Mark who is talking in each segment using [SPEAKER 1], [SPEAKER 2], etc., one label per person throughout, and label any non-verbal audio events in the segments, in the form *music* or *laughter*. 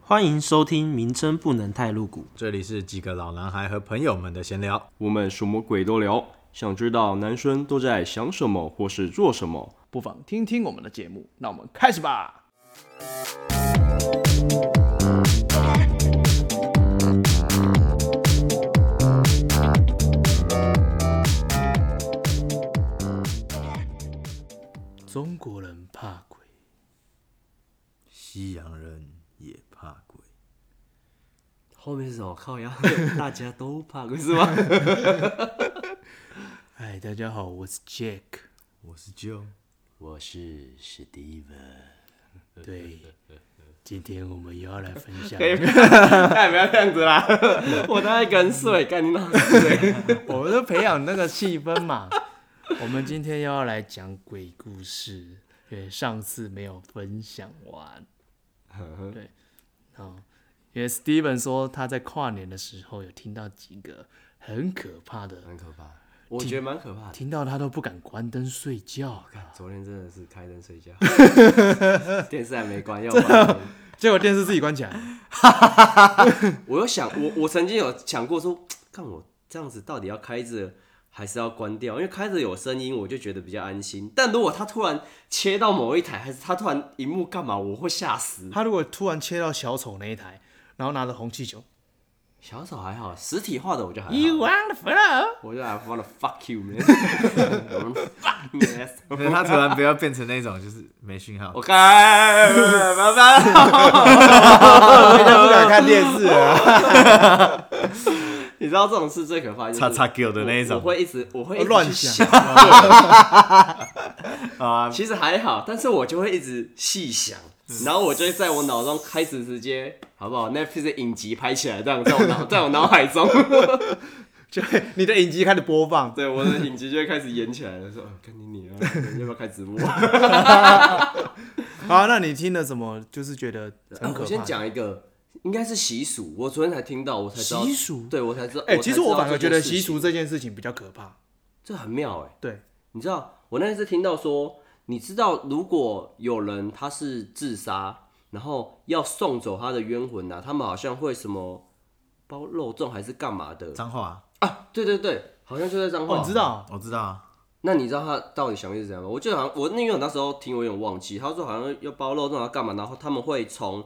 [SPEAKER 1] 欢迎收听，名称不能太露 *laughs* 骨。
[SPEAKER 2] 这里是几个老男孩和朋友们的闲聊。
[SPEAKER 3] 我们什么鬼都聊，想知道男生都在想什么或是做什么。
[SPEAKER 4] 不妨听听我们的节目。那我们开始吧。中国人怕鬼，
[SPEAKER 2] 西洋人也怕鬼，
[SPEAKER 1] 后面是什么？靠呀，大家都怕鬼是吗？
[SPEAKER 4] 嗨，大家好，我是 Jack。
[SPEAKER 2] 我是 Joe。
[SPEAKER 4] 我是史蒂文。对，今天我们又要来分享
[SPEAKER 3] 哎，不要这样子啦， *laughs* 我大概跟睡，干你老
[SPEAKER 4] 我们就培养那个气氛嘛。 *laughs* 我们今天又要来讲鬼故事，因为上次没有分享完。对，好，因为 Steven 说他在跨年的时候有听到几个很可怕的，
[SPEAKER 3] 很可怕， *laughs* 我觉得蛮可怕的。
[SPEAKER 4] 听到他都不敢关灯睡觉。
[SPEAKER 3] 看昨天真的是开灯睡 *laughs* 觉，电视还没关，要不然
[SPEAKER 4] 结果电视自己关起来，
[SPEAKER 3] 我有想，我我曾经有想过说，看我这样子到底要开着还是要关掉？因为开着有声音，我就觉得比较安心。但如果他突然切到某一台，还是他突然荧幕干嘛，我会吓死。
[SPEAKER 4] 他如果突然切到小丑那一台，然后拿着红气球
[SPEAKER 3] 小丑还好，实体化的我就还好。
[SPEAKER 4] ，You on the floor，
[SPEAKER 3] 我就 I wanna fuck you man，我说 fuck you ass，
[SPEAKER 2] 可是他突然不要变成那种就是没讯号
[SPEAKER 3] 我，开，拜拜。
[SPEAKER 4] 他不敢看电视啊。
[SPEAKER 3] *laughs* 你知道这种事最可怕就是
[SPEAKER 2] 叉叉 Q 的那一
[SPEAKER 3] 我我
[SPEAKER 2] 种
[SPEAKER 3] 会一直我会一直
[SPEAKER 4] 乱
[SPEAKER 3] 去
[SPEAKER 4] 想
[SPEAKER 3] 想，
[SPEAKER 2] *laughs* 啊，嗯
[SPEAKER 3] 其实还好，但是我就会一直细想，然后我就会在我脑中开始直接好不好？Netflix 影集拍起来，这样在我
[SPEAKER 2] *laughs*
[SPEAKER 3] 脑在我脑海中，
[SPEAKER 4] *laughs*
[SPEAKER 3] *laughs*
[SPEAKER 4] 就你的影集开始播放，
[SPEAKER 3] 对我的影集就会开始演起来了，说看你你啊，要不要开直播？
[SPEAKER 4] 好，那你听了什么？就是觉得很
[SPEAKER 3] 啊
[SPEAKER 4] 可怕。
[SPEAKER 3] 我先，讲一个。应该是习俗，我昨天才听到，我才知道
[SPEAKER 4] 习俗
[SPEAKER 3] 对我才知道。
[SPEAKER 4] 哎、
[SPEAKER 3] 才
[SPEAKER 4] 其实
[SPEAKER 3] 知
[SPEAKER 4] 我
[SPEAKER 3] 道
[SPEAKER 4] 反而
[SPEAKER 3] 这
[SPEAKER 4] 觉
[SPEAKER 3] 件
[SPEAKER 4] 得
[SPEAKER 3] 事
[SPEAKER 4] 习
[SPEAKER 3] 情
[SPEAKER 4] 俗这件事情比较可怕。
[SPEAKER 3] 这很妙哎、
[SPEAKER 4] 对，
[SPEAKER 3] 你知道，我那次听到说，你知道，如果有人他是自杀，然后要送走他的冤魂啊，他们好像会什么包肉粽还是干嘛
[SPEAKER 2] *laughs*
[SPEAKER 3] 的
[SPEAKER 2] 脏话
[SPEAKER 3] 啊？对对对，好像就在彰化。
[SPEAKER 4] 哦，你知？道，
[SPEAKER 2] 我知道啊，
[SPEAKER 3] 那你知道他到底想的是怎样吗？我记得好像我那因为我那时候听我有点忘记，他说好像要包肉粽要干嘛，然后他们会从。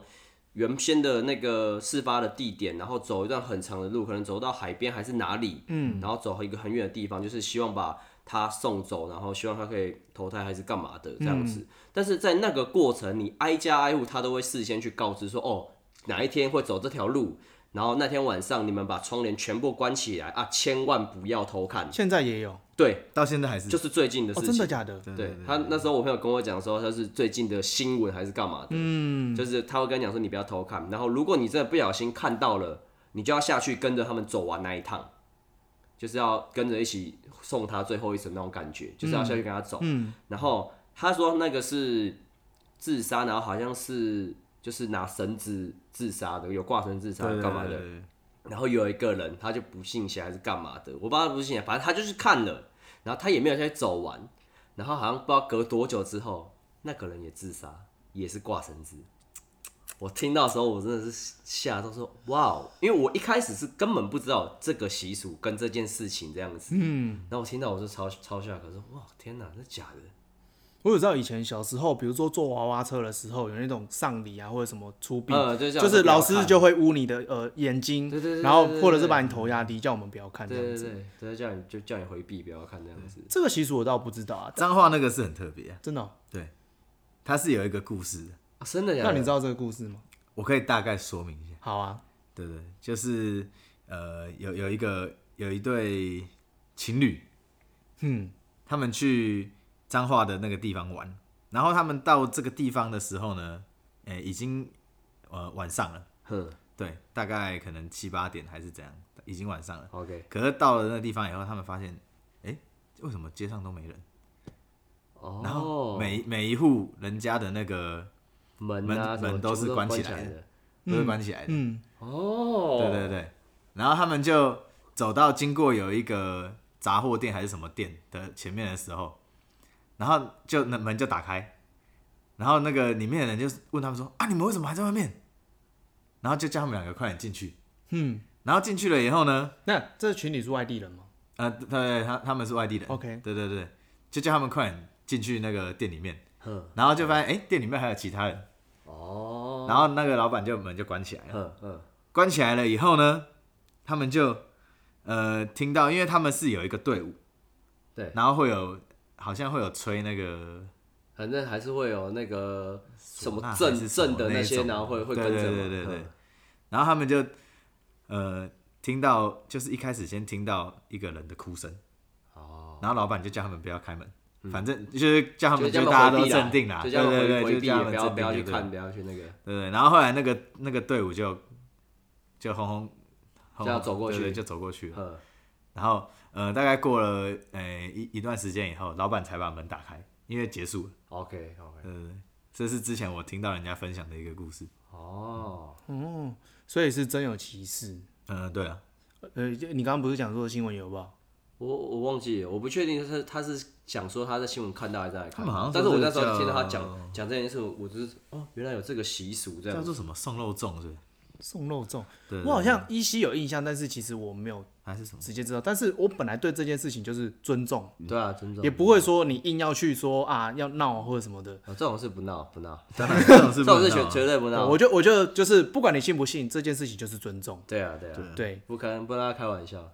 [SPEAKER 3] 原先的那个事发的地点，然后走一段很长的路，可能走到海边还是哪里，
[SPEAKER 4] 嗯，
[SPEAKER 3] 然后走一个很远的地方，就是希望把他送走，然后希望他可以投胎还是干嘛的这样
[SPEAKER 4] 嗯
[SPEAKER 3] 子。但是在那个过程，你挨家挨户，他都会事先去告知说，哦，哪一天会走这条路，然后那天晚上你们把窗帘全部关起来啊，千万不要偷看。
[SPEAKER 4] 现在也有，
[SPEAKER 3] 对，
[SPEAKER 2] 到现在还是
[SPEAKER 3] 就是最近的
[SPEAKER 4] 哦，
[SPEAKER 3] 事
[SPEAKER 4] 真
[SPEAKER 3] 情。
[SPEAKER 4] 的假的？
[SPEAKER 2] 对
[SPEAKER 3] 对他那时候，我朋友跟我讲说，他是最近的新闻还是干嘛的，
[SPEAKER 4] 嗯，
[SPEAKER 3] 就是他会跟你讲说你不要偷看，然后如果你真的不小心看到了，你就要下去跟着他们走完那一趟，就是要跟着一起送他最后一程那种感觉，就是要下去跟他走。
[SPEAKER 4] 嗯，
[SPEAKER 3] 然后他说那个是自杀，然后好像是就是拿绳子自杀的，有挂绳自杀
[SPEAKER 2] 对对
[SPEAKER 3] 干嘛的
[SPEAKER 2] 对。对对
[SPEAKER 3] 然后有一个人他就不信邪还是干嘛的，我不知道他不信邪，反正他就是看了，然后他也没有再走完，然后好像不知道隔多久之后，那个人也自杀，也是挂绳子。我听到的时候，我真的是吓到说哇哦，因为我一开始是根本不知道这个习俗跟这件事情这样子，嗯，然后我听到我就超超吓，可是哇天哪，那假的，
[SPEAKER 4] 我有知道以前小时候，比如说坐娃娃车的时候，有那种丧礼啊，或者什么出殡，
[SPEAKER 3] 呃，就
[SPEAKER 4] 就是老师就会捂你的呃眼睛，
[SPEAKER 3] 对对对对
[SPEAKER 4] 然后
[SPEAKER 3] 对对
[SPEAKER 4] 或者是把你头压低，叫我们不要看这
[SPEAKER 3] 对
[SPEAKER 4] 样
[SPEAKER 3] 对
[SPEAKER 4] 子。
[SPEAKER 3] 对，对叫你就叫你回避，不要看这样子，
[SPEAKER 4] 这个习俗我倒不知道啊，
[SPEAKER 2] 脏话那个是很特别啊，
[SPEAKER 4] 真的哦、
[SPEAKER 2] 对，它是有一个故事的，
[SPEAKER 3] 啊真的假
[SPEAKER 4] 那
[SPEAKER 3] 的？
[SPEAKER 4] 你知道这个故事吗？
[SPEAKER 2] 我可以大概说明一下。
[SPEAKER 4] 好啊，
[SPEAKER 2] 对对，就是呃，有有一个有一对情侣，
[SPEAKER 4] 嗯，
[SPEAKER 2] 他们去彰化的那个地方玩，然后他们到这个地方的时候呢，诶、已经呃晚上了，
[SPEAKER 3] 哼
[SPEAKER 2] 对，大概可能七八点还是怎样，已经晚上了。
[SPEAKER 3] ，OK，
[SPEAKER 2] 可是到了那个地方以后，他们发现，诶，为什么街上都没人？
[SPEAKER 3] 哦，
[SPEAKER 2] 然后每每一户人家的那个
[SPEAKER 3] 门
[SPEAKER 2] 门
[SPEAKER 3] 啊什么
[SPEAKER 2] 门都是
[SPEAKER 3] 全部
[SPEAKER 2] 关
[SPEAKER 3] 起
[SPEAKER 2] 起来
[SPEAKER 3] 的
[SPEAKER 2] 的。都是关起来的，
[SPEAKER 4] 嗯，
[SPEAKER 3] 哦，
[SPEAKER 2] 对对对，然后他们就走到经过有一个杂货店还是什么店的前面的时候，然后就那门就打开，然后那个里面的人就问他们说：“啊，你们为什么还在外面？”然后就叫他们两个快点进去。
[SPEAKER 4] 嗯，
[SPEAKER 2] 然后进去了以后呢，
[SPEAKER 4] 那这群体是外地人吗？
[SPEAKER 2] 呃，对对，他他们是外地人
[SPEAKER 4] OK
[SPEAKER 2] 对对对，就叫他们快点进去那个店里面，
[SPEAKER 3] 哼，
[SPEAKER 2] 然后就发现哎、诶店里面还有其他人，
[SPEAKER 3] 哦，
[SPEAKER 2] 然后那个老板就门就关起来了。
[SPEAKER 3] 哼哼，
[SPEAKER 2] 关起来了以后呢，他们就呃听到，因为他们是有一个队伍，
[SPEAKER 3] 对
[SPEAKER 2] 然后会有好像会有吹那个
[SPEAKER 3] 反正还是会有那个什么
[SPEAKER 2] 唢呐还
[SPEAKER 3] 正
[SPEAKER 2] 是什么
[SPEAKER 3] 正的
[SPEAKER 2] 那
[SPEAKER 3] 那
[SPEAKER 2] 一
[SPEAKER 3] 些，
[SPEAKER 2] 种啊
[SPEAKER 3] 然后会会
[SPEAKER 2] 对
[SPEAKER 3] 跟着嘛，
[SPEAKER 2] 对对对对
[SPEAKER 3] 嗯，
[SPEAKER 2] 然后他们就呃听到，就是一开始先听到一个人的哭声，
[SPEAKER 3] 哦，嗯
[SPEAKER 2] 然后老板就叫他们不要开门，反正就是叫他
[SPEAKER 3] 就
[SPEAKER 2] 们
[SPEAKER 3] 叫
[SPEAKER 2] 就
[SPEAKER 3] 他
[SPEAKER 2] 大家
[SPEAKER 3] 们
[SPEAKER 2] 都
[SPEAKER 3] 回避啦
[SPEAKER 2] 镇定啦，对
[SPEAKER 3] 就叫他们
[SPEAKER 2] 对
[SPEAKER 3] 回
[SPEAKER 2] 对，
[SPEAKER 3] 回
[SPEAKER 2] 就
[SPEAKER 3] 避，啊
[SPEAKER 2] 叫他们
[SPEAKER 3] 不要
[SPEAKER 2] 镇
[SPEAKER 3] 不要
[SPEAKER 2] 定就
[SPEAKER 3] 去
[SPEAKER 2] 对
[SPEAKER 3] 看，
[SPEAKER 2] 了，
[SPEAKER 3] 不要去那个，
[SPEAKER 2] 对对，然后后来那个那个队伍就就轰轰。轰
[SPEAKER 3] 就要
[SPEAKER 2] 轰
[SPEAKER 3] 走过
[SPEAKER 2] 对
[SPEAKER 3] 去
[SPEAKER 2] 对就走过去了。
[SPEAKER 3] 嗯，
[SPEAKER 2] 然后呃，大概过了呃一一段时间以后，老板才把门打开，因为结束了。
[SPEAKER 3] OK OK，
[SPEAKER 2] 呃，这是之前我听到人家分享的一个故事。
[SPEAKER 3] 哦，
[SPEAKER 4] 哦，所以是真有其事。
[SPEAKER 2] 嗯、对啊，
[SPEAKER 4] 呃，就你刚刚不是讲说新闻有报？
[SPEAKER 3] 我我忘记了，我不确定他他是想说他在新闻看到还是在
[SPEAKER 2] 他
[SPEAKER 3] 看
[SPEAKER 2] 们好像，
[SPEAKER 3] 但是我
[SPEAKER 2] 说
[SPEAKER 3] 那
[SPEAKER 2] 这
[SPEAKER 3] 时候
[SPEAKER 2] 叫
[SPEAKER 3] 听到他讲讲这件事，我就是哦，原来有这个习俗这
[SPEAKER 2] 叫
[SPEAKER 3] 样，
[SPEAKER 2] 做什么送肉粽是不是？
[SPEAKER 4] 送肉粽，
[SPEAKER 2] 对
[SPEAKER 4] 我好像依稀有印象，但是其实我没有
[SPEAKER 2] 还是什么？
[SPEAKER 4] 直接知道。但是我本来对这件事情就是尊重，
[SPEAKER 3] 对啊，尊重
[SPEAKER 4] 也，不会说你硬要去说啊要闹或者什么的。
[SPEAKER 3] 啊这种事不闹不闹，
[SPEAKER 2] 当然这种 *laughs* 是
[SPEAKER 3] 这
[SPEAKER 2] 不能
[SPEAKER 3] 种事
[SPEAKER 2] 闹
[SPEAKER 3] 绝
[SPEAKER 2] 啊
[SPEAKER 3] 绝对不闹，
[SPEAKER 4] 我就我就就是不管你信不信，这件事情就是尊重。
[SPEAKER 3] 对啊对啊，
[SPEAKER 4] 对，
[SPEAKER 3] 不可能不让他开玩笑，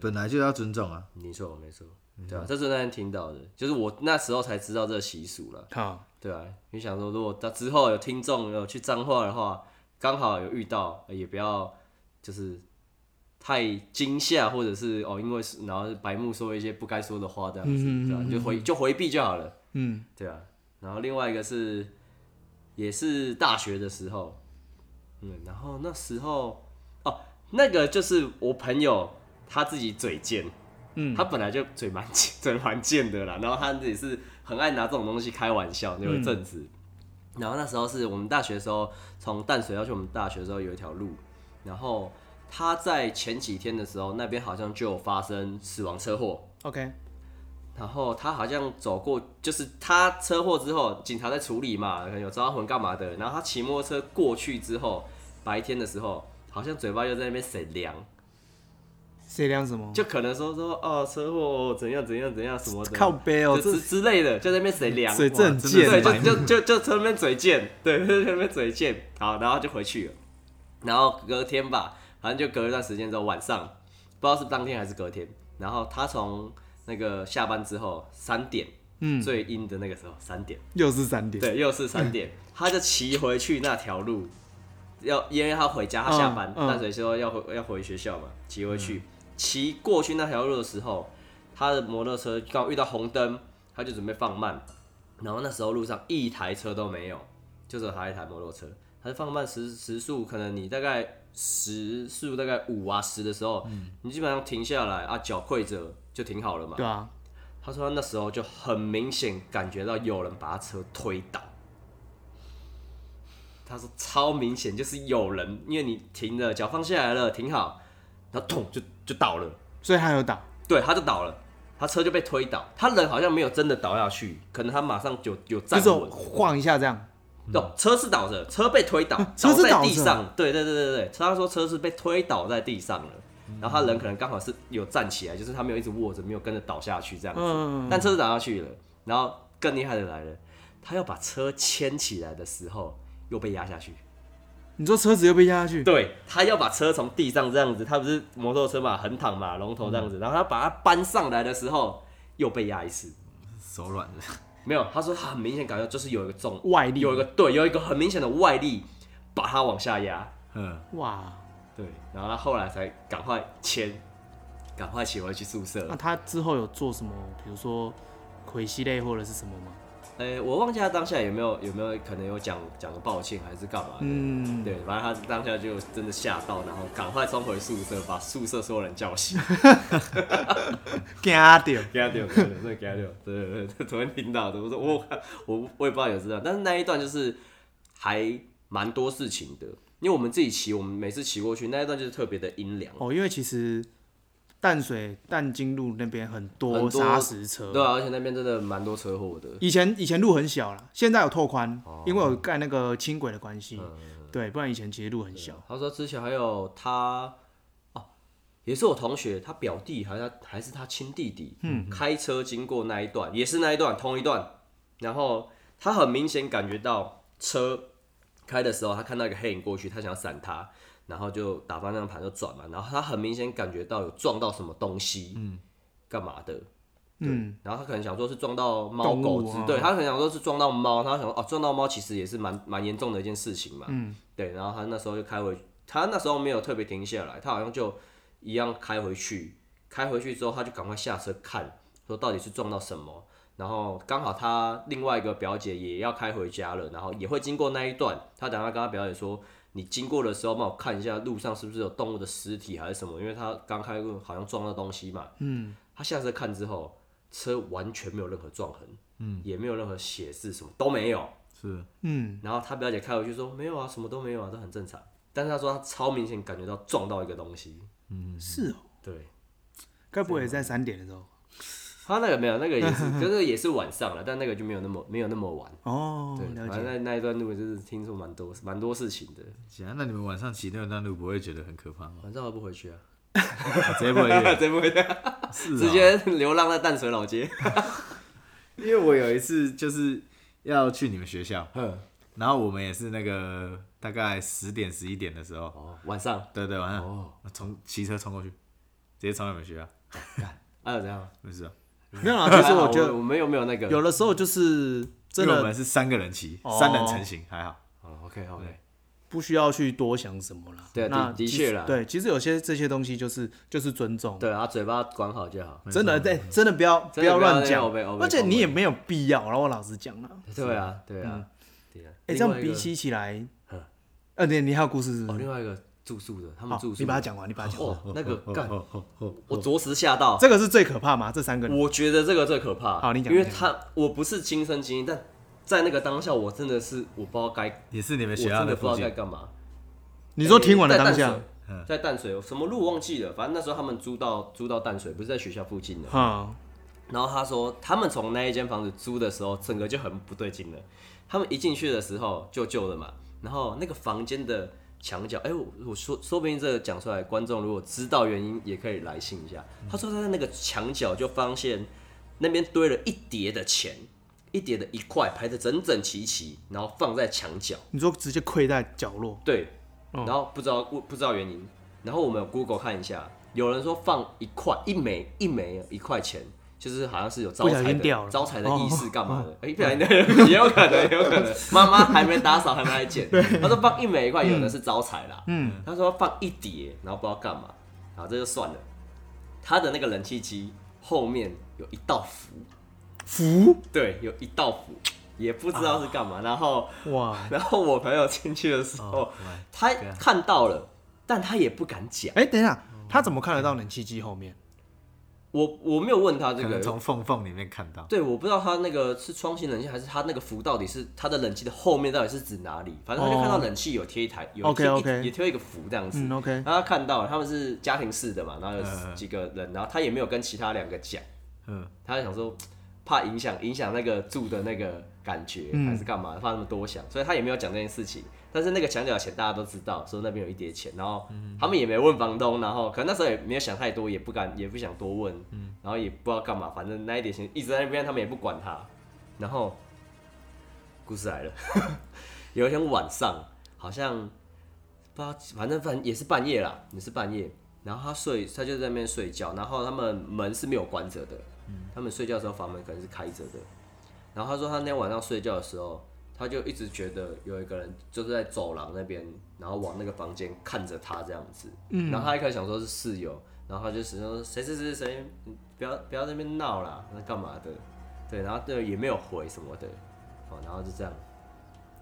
[SPEAKER 2] 本来就要尊重啊。
[SPEAKER 3] 没错没错，对啊，这是那天听到的，就是我那时候才知道这个习俗了。
[SPEAKER 4] 好，
[SPEAKER 3] 对啊，你想说，如果到之后有听众有去彰化的话，刚好有遇到，呃也不要就是太惊吓，或者是哦，因为是然后白目说一些不该说的话这样子，对啊，你就回就回避就好了，
[SPEAKER 4] 嗯，
[SPEAKER 3] 对啊。然后另外一个是，也是大学的时候，嗯，然后那时候哦，那个就是我朋友他自己嘴贱，
[SPEAKER 4] 嗯
[SPEAKER 3] 他本来就嘴蛮贱嘴蛮贱的啦，然后他也是很爱拿这种东西开玩笑，有一阵子。然后那时候是我们大学的时候，从淡水要去我们大学的时候有一条路，然后他在前几天的时候，那边好像就有发生死亡车祸，
[SPEAKER 4] OK，
[SPEAKER 3] 然后他好像走过，就是他车祸之后，警察在处理嘛，可能有抓魂干嘛的。然后他骑摩托车过去之后，白天的时候，好像嘴巴又在那边沈凉，
[SPEAKER 4] 谁量什么？
[SPEAKER 3] 就可能说说哦车祸怎样怎样怎样什么的，
[SPEAKER 4] 靠背哦，
[SPEAKER 3] 就
[SPEAKER 4] 这
[SPEAKER 3] 之之类的，就在那边谁啊凉，
[SPEAKER 4] 水这很
[SPEAKER 2] 真的是
[SPEAKER 4] 贱
[SPEAKER 3] 对，
[SPEAKER 4] 欸，
[SPEAKER 3] 就就就就在那边嘴贱， *laughs* 对，就在那边嘴贱，好，然后就回去了。然后隔天吧，反正就隔一段时间之后，晚上不知道是当天还是隔天，然后他从那个下班之后三点，
[SPEAKER 4] 嗯
[SPEAKER 3] 最阴的那个时候三点，
[SPEAKER 4] 又是三点。嗯
[SPEAKER 3] 对，又是三点，他就骑回去那条路，要因为他回家，他下班，
[SPEAKER 4] 嗯嗯嗯
[SPEAKER 3] 淡水说要回要回学校嘛，骑回去，骑、过去那条路的时候，他的摩托车刚好遇到红灯，他就准备放慢，然后那时候路上一台车都没有，就只有他一台摩托车，他就放慢时时速，可能你大概时速大概五啊十的时候，你基本上停下来啊，脚跪着就停好了嘛。
[SPEAKER 4] 嗯对啊，
[SPEAKER 3] 他说他那时候就很明显感觉到有人把他车推倒。他说超明显，就是有人，因为你停了，脚放下来了，停好，然后咚就就倒了，
[SPEAKER 4] 所以他有打。
[SPEAKER 3] 对，他就倒了，他车就被推倒，他人好像没有真的倒下去，可能他马上就有
[SPEAKER 4] 就
[SPEAKER 3] 站
[SPEAKER 4] 是
[SPEAKER 3] 稳，
[SPEAKER 4] 晃一下这样，
[SPEAKER 3] 对，哦车是倒着，车被推倒，
[SPEAKER 4] 嗯车是
[SPEAKER 3] 在
[SPEAKER 4] 倒着
[SPEAKER 3] 地上。对对对对对，他说车是被推倒在地上了，然后他人可能刚好是有站起来，就是他没有一直握着，没有跟着倒下去这样子。
[SPEAKER 4] 嗯
[SPEAKER 3] 但车子倒下去了，然后更厉害的来了，他要把车牵起来的时候又被压下去。
[SPEAKER 4] 你说车子又被压下去，
[SPEAKER 3] 对他要把车从地上这样子，他不是摩托车嘛，横躺嘛，龙头这样
[SPEAKER 4] 嗯
[SPEAKER 3] 子，然后他把它搬上来的时候又被压一次。
[SPEAKER 2] 手软的，
[SPEAKER 3] 没有，他说他很明显感觉就是有一个重
[SPEAKER 4] 外力
[SPEAKER 3] 有一个对，有一个很明显的外力把他往下压。
[SPEAKER 2] 嗯，
[SPEAKER 4] 哇，
[SPEAKER 3] 对，然后他后来才赶快签，赶快写回去宿舍
[SPEAKER 4] 那。他之后有做什么，比如说葵西类或者是什么吗？
[SPEAKER 3] 哎、我忘记他当下有没有有没有可能有讲讲个抱歉还是干嘛的。
[SPEAKER 4] 嗯，
[SPEAKER 3] 对，反正他当下就真的吓到，然后赶快冲回宿舍，把宿舍所有人叫醒。
[SPEAKER 4] 加掉，
[SPEAKER 3] *laughs* 给他丢，给他丢，真的给他丢。对对对，昨天听到的，我说我我我也不知道有知啊道，但是那一段就是还蛮多事情的，因为我们自己骑，我们每次骑过去那一段就是特别的阴凉。
[SPEAKER 4] 哦，因为其实淡水淡金路那边很
[SPEAKER 3] 很
[SPEAKER 4] 多
[SPEAKER 3] 多
[SPEAKER 4] 砂石车，
[SPEAKER 3] 对啊，而且那边真的蛮多车祸的。
[SPEAKER 4] 以前以前路很小啦，现在有拓宽，因为有盖那个轻轨的关系，
[SPEAKER 3] 哦嗯，
[SPEAKER 4] 对，不然以前其实路很小。
[SPEAKER 3] 他说之前还有他哦，也是我同学，他表弟还是他还是他亲弟弟，嗯，开车经过那一段，也是那一段同一段，然后他很明显感觉到车开的时候，他看到一个黑影过去，他想要闪他，然后就打方向盘就转嘛，然后他很明显感觉到有撞到什么东西，嗯，干嘛的？
[SPEAKER 4] 嗯，
[SPEAKER 3] 然后他可能想说是撞到猫
[SPEAKER 4] 动
[SPEAKER 3] 狗
[SPEAKER 4] 物
[SPEAKER 3] 之
[SPEAKER 4] 啊
[SPEAKER 3] 对他可能想说是撞到猫，他想说哦撞到猫其实也是蛮蛮严重的一件事情嘛，嗯，对，然后他那时候就开回，他那时候没有特别停下来，他好像就一样开回去，开回去之后他就赶快下车看，说到底是撞到什么，然后刚好他另外一个表姐也要开回家了，然后也会经过那一段，他等下跟他表姐说。你经过的时候帮我看一下路上是不是有动物的尸体还是什么，因为他刚开过好像撞到东西嘛。嗯，他下车看之后，车完全没有任何撞痕，嗯，也没有任何血渍，什么都没有。
[SPEAKER 2] 是
[SPEAKER 4] 嗯，
[SPEAKER 3] 然后他表姐开回去说没有啊，什么都没有啊，都很正常。但是他说他超明显感觉到撞到一个东西，嗯
[SPEAKER 4] 是哦，
[SPEAKER 3] 对啊
[SPEAKER 4] 该不会也在三点的时候？
[SPEAKER 3] 他那个没有，那个也
[SPEAKER 4] *laughs*
[SPEAKER 3] 是，就是也是晚上了，但那个就没有那么没有那么晚。
[SPEAKER 4] 哦
[SPEAKER 3] 对，，
[SPEAKER 4] 了
[SPEAKER 3] 反正
[SPEAKER 4] 解。
[SPEAKER 3] 那那一段路就是听说蛮多蛮多事情的，
[SPEAKER 2] 行啊，那你们晚上骑那段路不会觉得很可怕吗？
[SPEAKER 3] 晚上还不回 *laughs* 去啊，
[SPEAKER 2] *laughs* 直接不会越
[SPEAKER 3] 啊真不会的，
[SPEAKER 2] 是、啊、
[SPEAKER 3] 直接流浪在淡水老街。
[SPEAKER 2] 因为我有一次就是要去你们学校，
[SPEAKER 3] *laughs* 嗯，
[SPEAKER 2] 然后我们也是那个大概十点十一点的时候，
[SPEAKER 3] 哦，晚上，
[SPEAKER 2] 对对，晚上
[SPEAKER 3] 哦，
[SPEAKER 2] 我冲骑车冲过去，直接冲到你们学校，
[SPEAKER 3] 还有怎样？
[SPEAKER 2] 不是啊？
[SPEAKER 4] 没有
[SPEAKER 3] *laughs*
[SPEAKER 4] 啦，其实我觉
[SPEAKER 3] 还好
[SPEAKER 4] 得
[SPEAKER 3] 我们有没有那个？
[SPEAKER 4] 有的时候就是真
[SPEAKER 2] 因为我
[SPEAKER 4] 的
[SPEAKER 2] 们是三个人骑，
[SPEAKER 4] 哦
[SPEAKER 2] 三人成型还好。
[SPEAKER 3] 好了，OK OK，
[SPEAKER 4] 不需要去多想什么啦。
[SPEAKER 3] 对啊
[SPEAKER 4] 那
[SPEAKER 3] 的
[SPEAKER 4] 其
[SPEAKER 3] 的确
[SPEAKER 4] 实
[SPEAKER 3] 啦
[SPEAKER 4] 对，其实有些这些东西就是就是尊重，
[SPEAKER 3] 对啊，嘴巴管好就好。
[SPEAKER 4] 真的，对，真的不要
[SPEAKER 3] 真的
[SPEAKER 4] 要
[SPEAKER 3] 不要
[SPEAKER 4] 乱
[SPEAKER 3] 那
[SPEAKER 4] 讲
[SPEAKER 3] 种被欧，北
[SPEAKER 4] 而且
[SPEAKER 3] 风
[SPEAKER 4] 你
[SPEAKER 3] 味
[SPEAKER 4] 也没有必要。然后我老实讲了，
[SPEAKER 3] 对啊，对啊，对啊。
[SPEAKER 4] 哎，这
[SPEAKER 3] 另外
[SPEAKER 4] 样
[SPEAKER 3] 一个
[SPEAKER 4] 比起起来
[SPEAKER 3] 嗯，
[SPEAKER 4] 呃，你你还有故事是
[SPEAKER 3] 哦，
[SPEAKER 4] 不是？
[SPEAKER 3] 另外一个住宿的，他们
[SPEAKER 4] 好
[SPEAKER 3] 住，宿，
[SPEAKER 4] 你把它。讲完，你把它讲 *laughs* 完。
[SPEAKER 3] 哦，
[SPEAKER 2] *laughs*
[SPEAKER 3] 那个干，
[SPEAKER 2] 哦哦哦
[SPEAKER 3] 我着实吓到。
[SPEAKER 4] 这个是最可怕吗？这三个人
[SPEAKER 3] 我觉得这个最可怕。
[SPEAKER 4] 好你讲
[SPEAKER 3] 因为
[SPEAKER 4] 你讲
[SPEAKER 3] 他我不是亲身经历，但在那个当下，我真的是我不知道该，
[SPEAKER 2] *laughs* 也是你们
[SPEAKER 3] 我
[SPEAKER 2] 学
[SPEAKER 3] 真
[SPEAKER 2] 校
[SPEAKER 3] 的
[SPEAKER 2] 的
[SPEAKER 3] 不知道
[SPEAKER 2] 附
[SPEAKER 3] 该
[SPEAKER 2] 近，
[SPEAKER 3] 干嘛。
[SPEAKER 4] 你说听完了
[SPEAKER 3] 在
[SPEAKER 4] 当
[SPEAKER 3] 淡
[SPEAKER 4] 下
[SPEAKER 3] 水，，在淡水什么路忘记了，反正那时候他们租到租到淡水，不是在学校附近的。
[SPEAKER 4] 哈，
[SPEAKER 3] 然后他说，他们从那一间房子租的时候，整个就很不对劲了。他们一进去的时候，旧旧的嘛，然后那个房间的墙角，哎，我我说说不定这个讲出来，观众如果知道原因，也可以来信一下。他说他在那个墙角就发现那边堆了一叠的钱，一叠的一块排的整整齐齐，然后放在墙角。
[SPEAKER 4] 你说直接跪在角落，
[SPEAKER 3] 对，
[SPEAKER 4] 嗯
[SPEAKER 3] 然后不知道不不知道原因，然后我们有 Google 看一下，有人说放一块一枚一枚一块钱，就是好像是有招
[SPEAKER 4] 不
[SPEAKER 3] 财
[SPEAKER 4] 小心掉
[SPEAKER 3] 的
[SPEAKER 4] 了哦
[SPEAKER 3] 招财的意思干嘛的？哎、不小心掉了 *laughs* 也有可能，也有可能妈妈还没打扫还没来捡，他说放一枚一块，有的是招财啦，嗯，他说放一叠，然后不知道干嘛，然后这就算了，他的那个冷气机后面有一道符，
[SPEAKER 4] 服
[SPEAKER 3] 对，有一道符。也不知道是干嘛，然后
[SPEAKER 4] 哇，
[SPEAKER 3] *laughs* 然后我朋友进去的时
[SPEAKER 2] 哦
[SPEAKER 3] 候，他看到了，但他也不敢讲。
[SPEAKER 4] 哎，等一下，他怎么看得到冷气机后面？
[SPEAKER 3] 我我没有问他这
[SPEAKER 2] 可能
[SPEAKER 3] 个，
[SPEAKER 2] 从缝缝里面看到。
[SPEAKER 3] 对，我不知道他那个是窗型冷气，还是他那个符到底是他的冷气的后面到底是指哪里？反正他就
[SPEAKER 4] 哦
[SPEAKER 3] 看到冷气有贴一台，有
[SPEAKER 4] OK，OK
[SPEAKER 3] 贴一也贴一个符这样子。
[SPEAKER 4] 嗯，OK，
[SPEAKER 3] 然后他看到了，他们是家庭式的嘛，然后
[SPEAKER 2] 嗯
[SPEAKER 3] 有
[SPEAKER 2] 嗯
[SPEAKER 3] 几个人，然后他也没有跟其他两个讲，
[SPEAKER 2] 嗯，
[SPEAKER 3] 他就想说怕影响影响那个住的那个感觉，
[SPEAKER 4] 嗯
[SPEAKER 3] 还是干嘛，怕他们多想，所以他也没有讲这件事情。但是那个墙角的钱大家都知道，说那边有一叠钱，然后
[SPEAKER 2] 嗯
[SPEAKER 3] 他们也没问房东，然后可能那时候也没有想太多，也不敢也不想多问，
[SPEAKER 2] 嗯
[SPEAKER 3] 然后也不知道干嘛，反正那一叠钱一直在那边，他们也不管他。然后故事来了， *laughs* 有一天晚上好像不知道，反正反正也是半夜啦，也是半夜。然后他睡，他就在那边睡觉，然后他们门是没有关着的，他们睡觉的时候房门可能是开着的。然后他说他那天晚上睡觉的时候，他就一直觉得有一个人就是在走廊那边，然后往那个房间看着他这样子。嗯，然后他一开始想说是室友，然后他就始终说谁谁谁谁，嗯不要不要在那边闹啦，那干嘛的？对，然后对也没有回什么的，哦，然后就这样。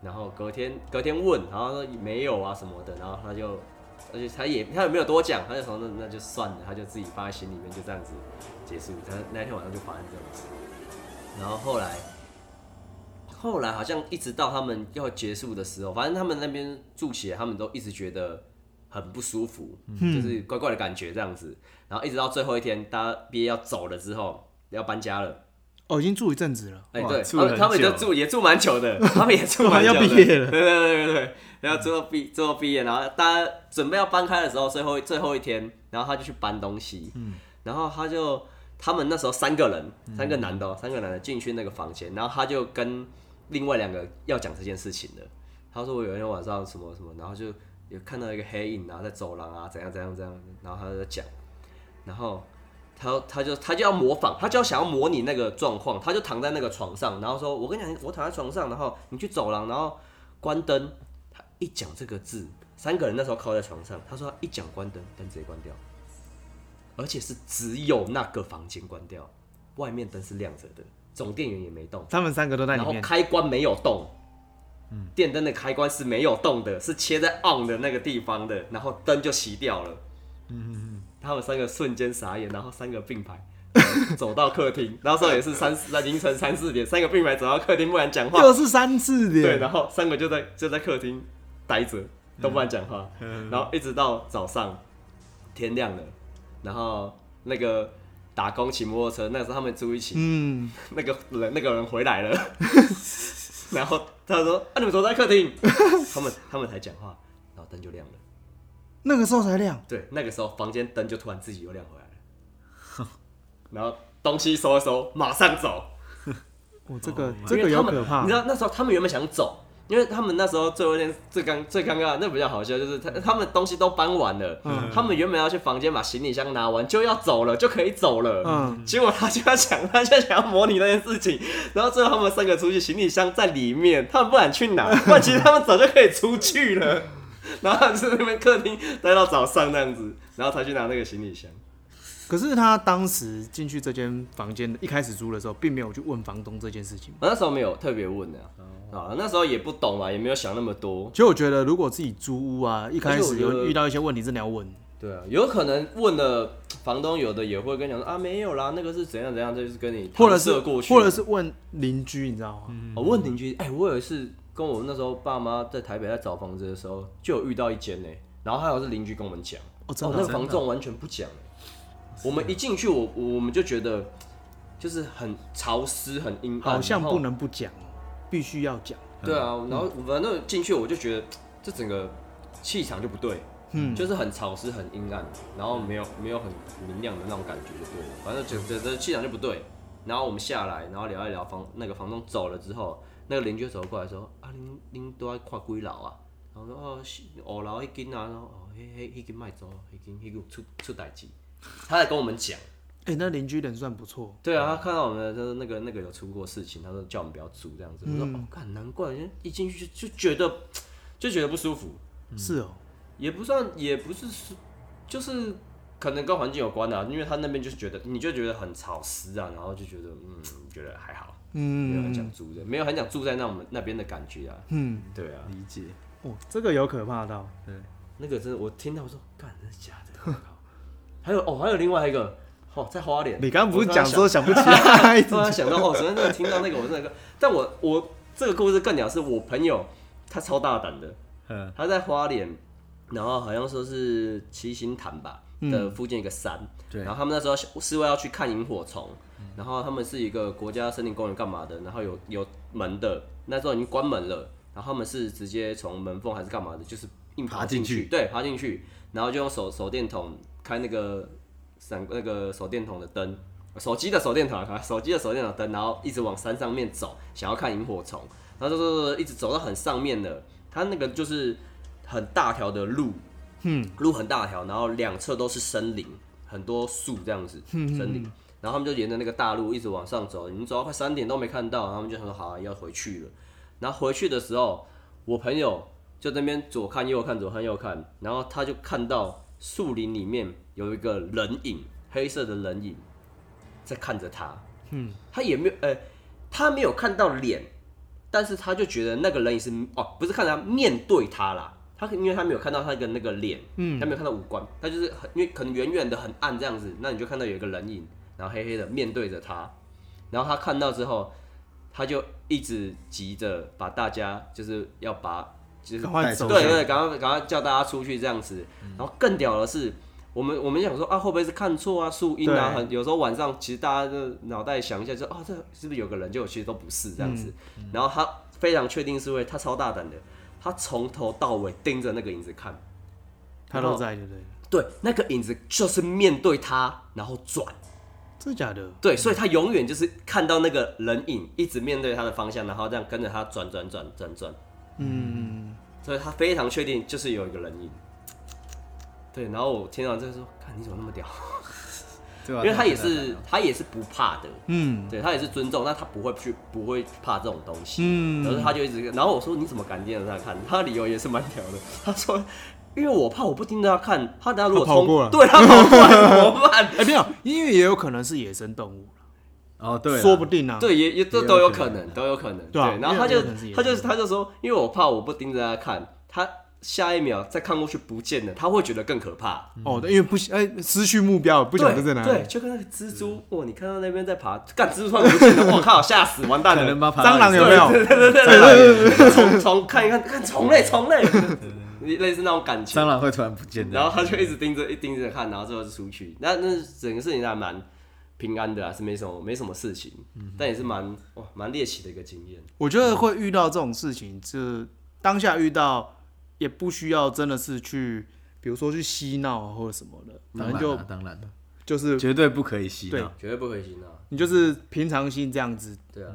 [SPEAKER 3] 然后隔天隔天问，然后说没有啊什么的，然后他就，而且他也他也没有多讲，他就说那那就算了，他就自己放在心里面，就这样子结束。他那天晚上就发生这种事，然后后来后来好像一直到他们要结束的时候，反正他们那边住起来，他们都一直觉得很不舒服，就是怪怪的感觉这样子。然后一直到最后一天，大家毕业要走了之后，要搬家了，
[SPEAKER 4] 哦，已经住一阵子了，
[SPEAKER 3] 哎、
[SPEAKER 2] 哇
[SPEAKER 3] 对，
[SPEAKER 2] 住
[SPEAKER 3] 他
[SPEAKER 2] 很
[SPEAKER 3] 们他们
[SPEAKER 2] 久
[SPEAKER 3] 就住也住蛮久的，他们也住蛮久
[SPEAKER 4] 要
[SPEAKER 3] 的，
[SPEAKER 4] 毕业了
[SPEAKER 3] 对对对对对，然后最后毕最后毕业，然后大家准备要搬开的时候，最后最后一天，然后他就去搬东西，然后他就他们那时候三个人，三个男的、哦，三个男的进去那个房间，然后他就跟另外两个要讲这件事情的，他说我有一天晚上什么什么，然后就有看到一个黑影，然后在走廊啊怎样怎样怎样，然后他就在讲，然后他他就他就要模仿，他就要想要模拟那个状况，他就躺在那个床上，然后说：“我跟你讲，我躺在床上，然后你去走廊，然后关灯。”他一讲这个字，三个人那时候靠在床上，他说他一讲关灯，灯直接关掉，而且是只有那个房间关掉，外面灯是亮着的，总电源也没动，
[SPEAKER 4] 他们三个都在
[SPEAKER 3] 然
[SPEAKER 4] 里
[SPEAKER 3] 后
[SPEAKER 4] 面。
[SPEAKER 3] 开关没有动。电灯的开关是没有动的，是切在 on 的那个地方的，然后灯就熄掉了。他们三个瞬间傻眼，然后三个并排走到客厅，那时候也是三那凌晨三四点，三个并排走到客厅，不然讲话。
[SPEAKER 4] 又是三次
[SPEAKER 3] 对，
[SPEAKER 4] 的，
[SPEAKER 3] 然后三个就在就在客厅待着，都不敢讲话，然后一直到早上天亮了，然后那个打工骑摩托车，那时候他们住一起，
[SPEAKER 4] 嗯，
[SPEAKER 3] 那个人那个人回来了， *laughs* 然后他说：“啊，你们怎么在客厅？”他们他们才讲话，然后灯就亮了。
[SPEAKER 4] 那个时候才亮，
[SPEAKER 3] 对，那个时候房间灯就突然自己又亮回来了，然后东西收一收，马上走。
[SPEAKER 4] 我哦这个
[SPEAKER 3] 哦因
[SPEAKER 4] 这
[SPEAKER 3] 为
[SPEAKER 4] 个有
[SPEAKER 3] 他们
[SPEAKER 4] 可怕
[SPEAKER 3] 你知，道那时候他们原本想走，因为他们那时候最后一天最尴最尴尬，那比较好笑，就是他他们东西都搬完了，
[SPEAKER 4] 嗯
[SPEAKER 3] 他们原本要去房间把行李箱拿完就要走了，就可以走了。
[SPEAKER 4] 嗯
[SPEAKER 3] 结果他就要想，他就想要模拟那件事情，然后最后他们三个出去，行李箱在里面，他们不敢去拿，不然其实他们早就可以出去了。 *laughs* 然后他们就在那边客厅待到早上那样子，然后才去拿那个行李箱。
[SPEAKER 4] 可是他当时进去这间房间一开始租的时候，并没有去问房东这件事情。
[SPEAKER 3] 我那时候没有特别问的啊，
[SPEAKER 4] 哦
[SPEAKER 3] 啊，那时候也不懂嘛，也没有想那么多。
[SPEAKER 4] 其实我觉得，如果自己租屋啊，一开
[SPEAKER 3] 而且我
[SPEAKER 4] 始
[SPEAKER 3] 觉得
[SPEAKER 4] 有遇到一些问题，真的要问。
[SPEAKER 3] 对啊，有可能问了房东，有的也会跟你讲说啊，没有啦，那个是怎样怎样，这就是跟你
[SPEAKER 4] 或者
[SPEAKER 3] 搪
[SPEAKER 4] 是
[SPEAKER 3] 塞过去，
[SPEAKER 4] 或者是问邻居，你知道吗？
[SPEAKER 3] 我、问邻居，哎、我有一次跟我那时候爸妈在台北在找房子的时候，就有遇到一间呢、然后还有是邻居跟我们讲，
[SPEAKER 4] 哦真的
[SPEAKER 3] 那个
[SPEAKER 4] 真的
[SPEAKER 3] 房仲完全不讲、我们一进去，我我我们就觉得就是很潮湿，很阴暗，
[SPEAKER 4] 好像
[SPEAKER 3] 然后
[SPEAKER 4] 不能不讲，必须要讲。
[SPEAKER 3] 对啊，然后反正进去我就觉得这整个气场就不对，嗯，就是很潮湿、很阴暗，然后没有没有很明亮的那种感觉，就对了。反正整整个气场就不对。然后我们下来，然后聊一聊房那个房东走了之后，那个邻居走过来说：“啊，您您都在看几楼啊？”然后说：“哦，是五楼迄间啊，然后哦，迄迄迄间卖走，迄间迄个出出代志。”他在跟我们讲。
[SPEAKER 4] 哎、那邻居人算不错，
[SPEAKER 3] 对啊，他看到我们的就是那个那个有出过事情，他说叫我们不要租这样子。我
[SPEAKER 4] 嗯
[SPEAKER 3] 说哦，干难怪，一进去就就觉得就觉得不舒服，
[SPEAKER 4] 是哦，
[SPEAKER 3] 也不算也不是是就是可能跟环境有关啊，因为他那边就是觉得你就觉得很潮湿啊，然后就觉得嗯觉得还好，没有很想
[SPEAKER 4] 嗯，
[SPEAKER 3] 租的，没有很想住在那我们那边的感觉啊。
[SPEAKER 4] 嗯，
[SPEAKER 3] 对啊，
[SPEAKER 2] 理解。
[SPEAKER 4] 哦，这个有可怕到，
[SPEAKER 3] 那个真的我听到我说干真的假的，我靠还有哦还有另外一个哦在花莲，
[SPEAKER 4] 你刚刚不是
[SPEAKER 3] 我突然
[SPEAKER 4] 讲
[SPEAKER 3] 想
[SPEAKER 4] 说想不起 *laughs*
[SPEAKER 3] *laughs*
[SPEAKER 4] 来？
[SPEAKER 3] 突然想到，哦，昨天真的听到那个，我真的跟，但我我这个故事更屌，是我朋友他超大胆的，
[SPEAKER 2] 嗯，
[SPEAKER 3] 他在花莲，然后好像说是七星潭吧的附近一个山，
[SPEAKER 2] 对
[SPEAKER 3] 然后他们那时候是为要去看萤火虫，然后他们是一个国家森林公园干嘛的，然后有有门的，那时候已经关门了，然后他们是直接从门缝还是干嘛的，就是硬
[SPEAKER 2] 爬进
[SPEAKER 3] 去，
[SPEAKER 2] 去
[SPEAKER 3] 对，爬进去，然后就用手手电筒开那个闪那个手电筒的灯。手机的手电筒啊，手机的手电筒灯，然后一直往山上面走，想要看萤火虫，然后走走走走，一直走到很上面了。它那个就是很大条的路，嗯，路很大条，然后两侧都是森林，很多树这样子，森林。然后他们就沿着那个大路一直往上走，已经走到快三点都没看到，然后他们就想说好、啊、要回去了。然后回去的时候，我朋友就在那边左看右看左看右看，然后他就看到树林里面有一个人影，黑色的人影在看着他。嗯，他也没有，呃，他没有看到脸，但是他就觉得那个人也是哦，不是看着他面对他啦，他因为他没有看到他的那个脸，嗯，他没有看到五官，他就是很因为可能远远的很暗这样子，那你就看到有一个人影，然后黑黑的面对着他，然后他看到之后，他就一直急着把大家就是要把就是
[SPEAKER 4] 赶快走
[SPEAKER 3] 对
[SPEAKER 4] 向
[SPEAKER 3] 嗯对，赶快赶快叫大家出去这样子，然后更屌的是，我们我们想说啊，会不会是看错啊，树荫啊，
[SPEAKER 4] 对
[SPEAKER 3] 很有时候晚上其实大家的脑袋想一下就，啊，这是不是有个人？就其实都不是这样子。
[SPEAKER 4] 嗯
[SPEAKER 3] 然后他非常确定是会，他超大胆的，他从头到尾盯着那个影子看，
[SPEAKER 4] 他都在，对不对？
[SPEAKER 3] 对，那个影子就是面对他，然后转，
[SPEAKER 4] 真的假的？
[SPEAKER 3] 对，所以他永远就是看到那个人影一直面对他的方向，然后这样跟着他转转转转转，
[SPEAKER 4] 嗯，
[SPEAKER 3] 所以他非常确定就是有一个人影。对，然后我听到这个说，看你怎么那么屌，
[SPEAKER 2] 对吧？
[SPEAKER 3] 因为他也
[SPEAKER 2] 对啊
[SPEAKER 3] 是他也是不怕的，
[SPEAKER 4] 嗯
[SPEAKER 3] 对他也是尊重，那他不会去不会怕这种东西，然后
[SPEAKER 4] 嗯，
[SPEAKER 3] 他就一直，然后我说你怎么敢盯着他看？ *laughs* 他的理由也是蛮屌的， *laughs* 他说因为我怕我不盯着他看，他等下如果
[SPEAKER 4] 他跑
[SPEAKER 3] 冲
[SPEAKER 4] 过
[SPEAKER 3] *laughs*
[SPEAKER 4] 了
[SPEAKER 3] 对他跑过来怎么
[SPEAKER 4] *laughs*
[SPEAKER 3] 办？
[SPEAKER 4] 哎，没有，因为也有可能是野生动物，
[SPEAKER 2] 哦，对啦，
[SPEAKER 4] 说不定啊。，
[SPEAKER 3] 对，也也都
[SPEAKER 2] 也有
[SPEAKER 3] 都有
[SPEAKER 2] 可
[SPEAKER 3] 可
[SPEAKER 2] 能
[SPEAKER 3] 能，都有可能。
[SPEAKER 4] 对啊
[SPEAKER 3] 然后他
[SPEAKER 4] 也有
[SPEAKER 3] 就
[SPEAKER 4] 可能是也有
[SPEAKER 3] 他就
[SPEAKER 4] 可
[SPEAKER 3] 他就说，因为我怕我不盯着他看，他下一秒再看过去不见了，他会觉得更可怕。
[SPEAKER 4] 哦，对因为不喜哎失去目标，不晓得在
[SPEAKER 3] 对
[SPEAKER 4] 哪
[SPEAKER 3] 对，
[SPEAKER 4] 里。
[SPEAKER 3] 就跟那个蜘蛛，哇，你看到那边在爬，干蜘蛛突然不见了，我靠，吓死，完蛋
[SPEAKER 2] 可能
[SPEAKER 3] 了。
[SPEAKER 2] 吧，爬到
[SPEAKER 4] 蟑螂
[SPEAKER 2] 你
[SPEAKER 4] 有没有？
[SPEAKER 3] 对对对对对，虫虫看一看，看虫类虫类，类似那种感觉
[SPEAKER 2] 蟑。螂会突然不见
[SPEAKER 3] 然
[SPEAKER 2] 的，
[SPEAKER 3] 后他就一直盯着，一盯着看，然后最后就出去。那那整个事情还蛮平安的啊，是没什么没什么事情，但也是蛮哇蛮猎奇的一个经验。
[SPEAKER 4] 我觉得会遇到这种事情，就是当下遇到也不需要真的是去，比如说去嬉闹啊或者什么的，
[SPEAKER 3] 嗯
[SPEAKER 2] 当
[SPEAKER 4] 反
[SPEAKER 2] 然
[SPEAKER 4] 正就
[SPEAKER 2] 啦当然啦，
[SPEAKER 4] 就是
[SPEAKER 2] 绝对不可以吸
[SPEAKER 4] 对
[SPEAKER 2] 到。
[SPEAKER 3] 绝对不灰心啊！
[SPEAKER 4] 你就是平常心这样子
[SPEAKER 3] 对啊，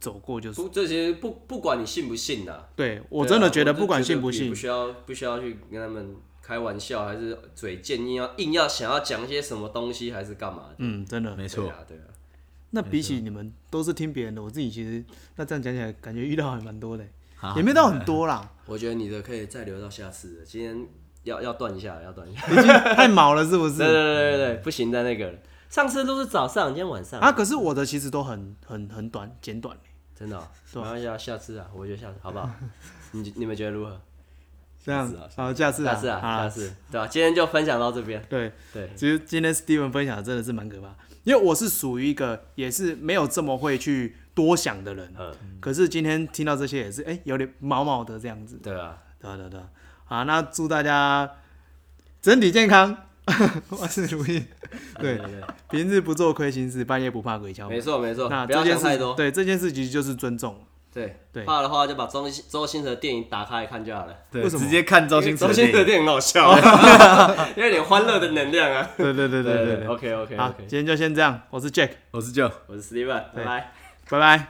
[SPEAKER 4] 走过就是。
[SPEAKER 3] 不，这些不不管你信不信呐、
[SPEAKER 4] 对我
[SPEAKER 3] 对啊
[SPEAKER 4] 真的觉得
[SPEAKER 3] 我
[SPEAKER 4] 不管信
[SPEAKER 3] 不
[SPEAKER 4] 不信
[SPEAKER 3] 不，需要不需要去跟他们开玩笑，还是嘴贱，硬要硬要想要讲一些什么东西，还是干嘛的？
[SPEAKER 4] 嗯，真的。
[SPEAKER 2] 没错
[SPEAKER 3] 对，啊，对啊，
[SPEAKER 4] 那比起你们都是听别人的，我自己其实那这样讲起来，感觉遇到还蛮多的，欸
[SPEAKER 2] 啊
[SPEAKER 4] 也没有到很多啦，
[SPEAKER 3] 我觉得你的可以再留到下次了，今天要要断一下，要断一
[SPEAKER 4] *laughs*
[SPEAKER 3] 下。
[SPEAKER 4] 已经太毛了，是
[SPEAKER 3] *laughs*
[SPEAKER 4] 不
[SPEAKER 3] 对
[SPEAKER 4] 是？
[SPEAKER 3] 对对对对，不行的那个，上次都是早上，今天晚上
[SPEAKER 4] 啊，可是我的其实都很很很短，简短。欸
[SPEAKER 3] 真的、哦，
[SPEAKER 4] 对
[SPEAKER 3] 没关系啊，下次啊，我觉得下次好不
[SPEAKER 4] *laughs*
[SPEAKER 3] 好？你你们觉得如何？
[SPEAKER 4] 这样
[SPEAKER 3] 下次啊，
[SPEAKER 4] 好，下次
[SPEAKER 3] 下
[SPEAKER 4] 啊，
[SPEAKER 3] 次啊，
[SPEAKER 4] 好啦
[SPEAKER 3] 下次，对吧、今天就分享到这边，
[SPEAKER 4] 对，
[SPEAKER 3] 对，
[SPEAKER 4] 其实今天 Steven 分享的真的是蛮可怕，因为我是属于一个也是没有这么会去多想的人，
[SPEAKER 3] 嗯，
[SPEAKER 4] 可是今天听到这些也是哎、有点毛毛的这样子，
[SPEAKER 3] 对啊，
[SPEAKER 4] 对啊对啊对啊，好，那祝大家身体健康， *laughs* 万事如意，对，
[SPEAKER 3] 对对
[SPEAKER 4] *laughs* 平日不做亏心事，半夜不怕鬼敲
[SPEAKER 3] 嗯没
[SPEAKER 4] 门，
[SPEAKER 3] 错没错，
[SPEAKER 4] 那
[SPEAKER 3] 不
[SPEAKER 4] 这
[SPEAKER 3] 要
[SPEAKER 4] 件
[SPEAKER 3] 想
[SPEAKER 4] 事
[SPEAKER 3] 太多。
[SPEAKER 4] 对这件事情就是尊
[SPEAKER 3] *laughs*
[SPEAKER 4] 重，
[SPEAKER 3] 对
[SPEAKER 4] 对
[SPEAKER 3] 怕的话就把周星周星驰的电影打开来看就好了。
[SPEAKER 2] 对，
[SPEAKER 4] 为什么
[SPEAKER 2] 直接看周星驰
[SPEAKER 3] 周
[SPEAKER 2] 的
[SPEAKER 3] 星
[SPEAKER 2] 电
[SPEAKER 3] 驰的
[SPEAKER 2] 影。
[SPEAKER 3] 电影很好笑， *laughs* 有点欢乐的能量啊。
[SPEAKER 4] 对对哦对对对对，
[SPEAKER 3] ，OK OK
[SPEAKER 4] 好，
[SPEAKER 3] OK，
[SPEAKER 4] 今天就先这样，我是 Jack，
[SPEAKER 2] 我是 Joe。
[SPEAKER 3] 我是 Steven，拜
[SPEAKER 4] 对
[SPEAKER 3] 拜。
[SPEAKER 4] 拜拜。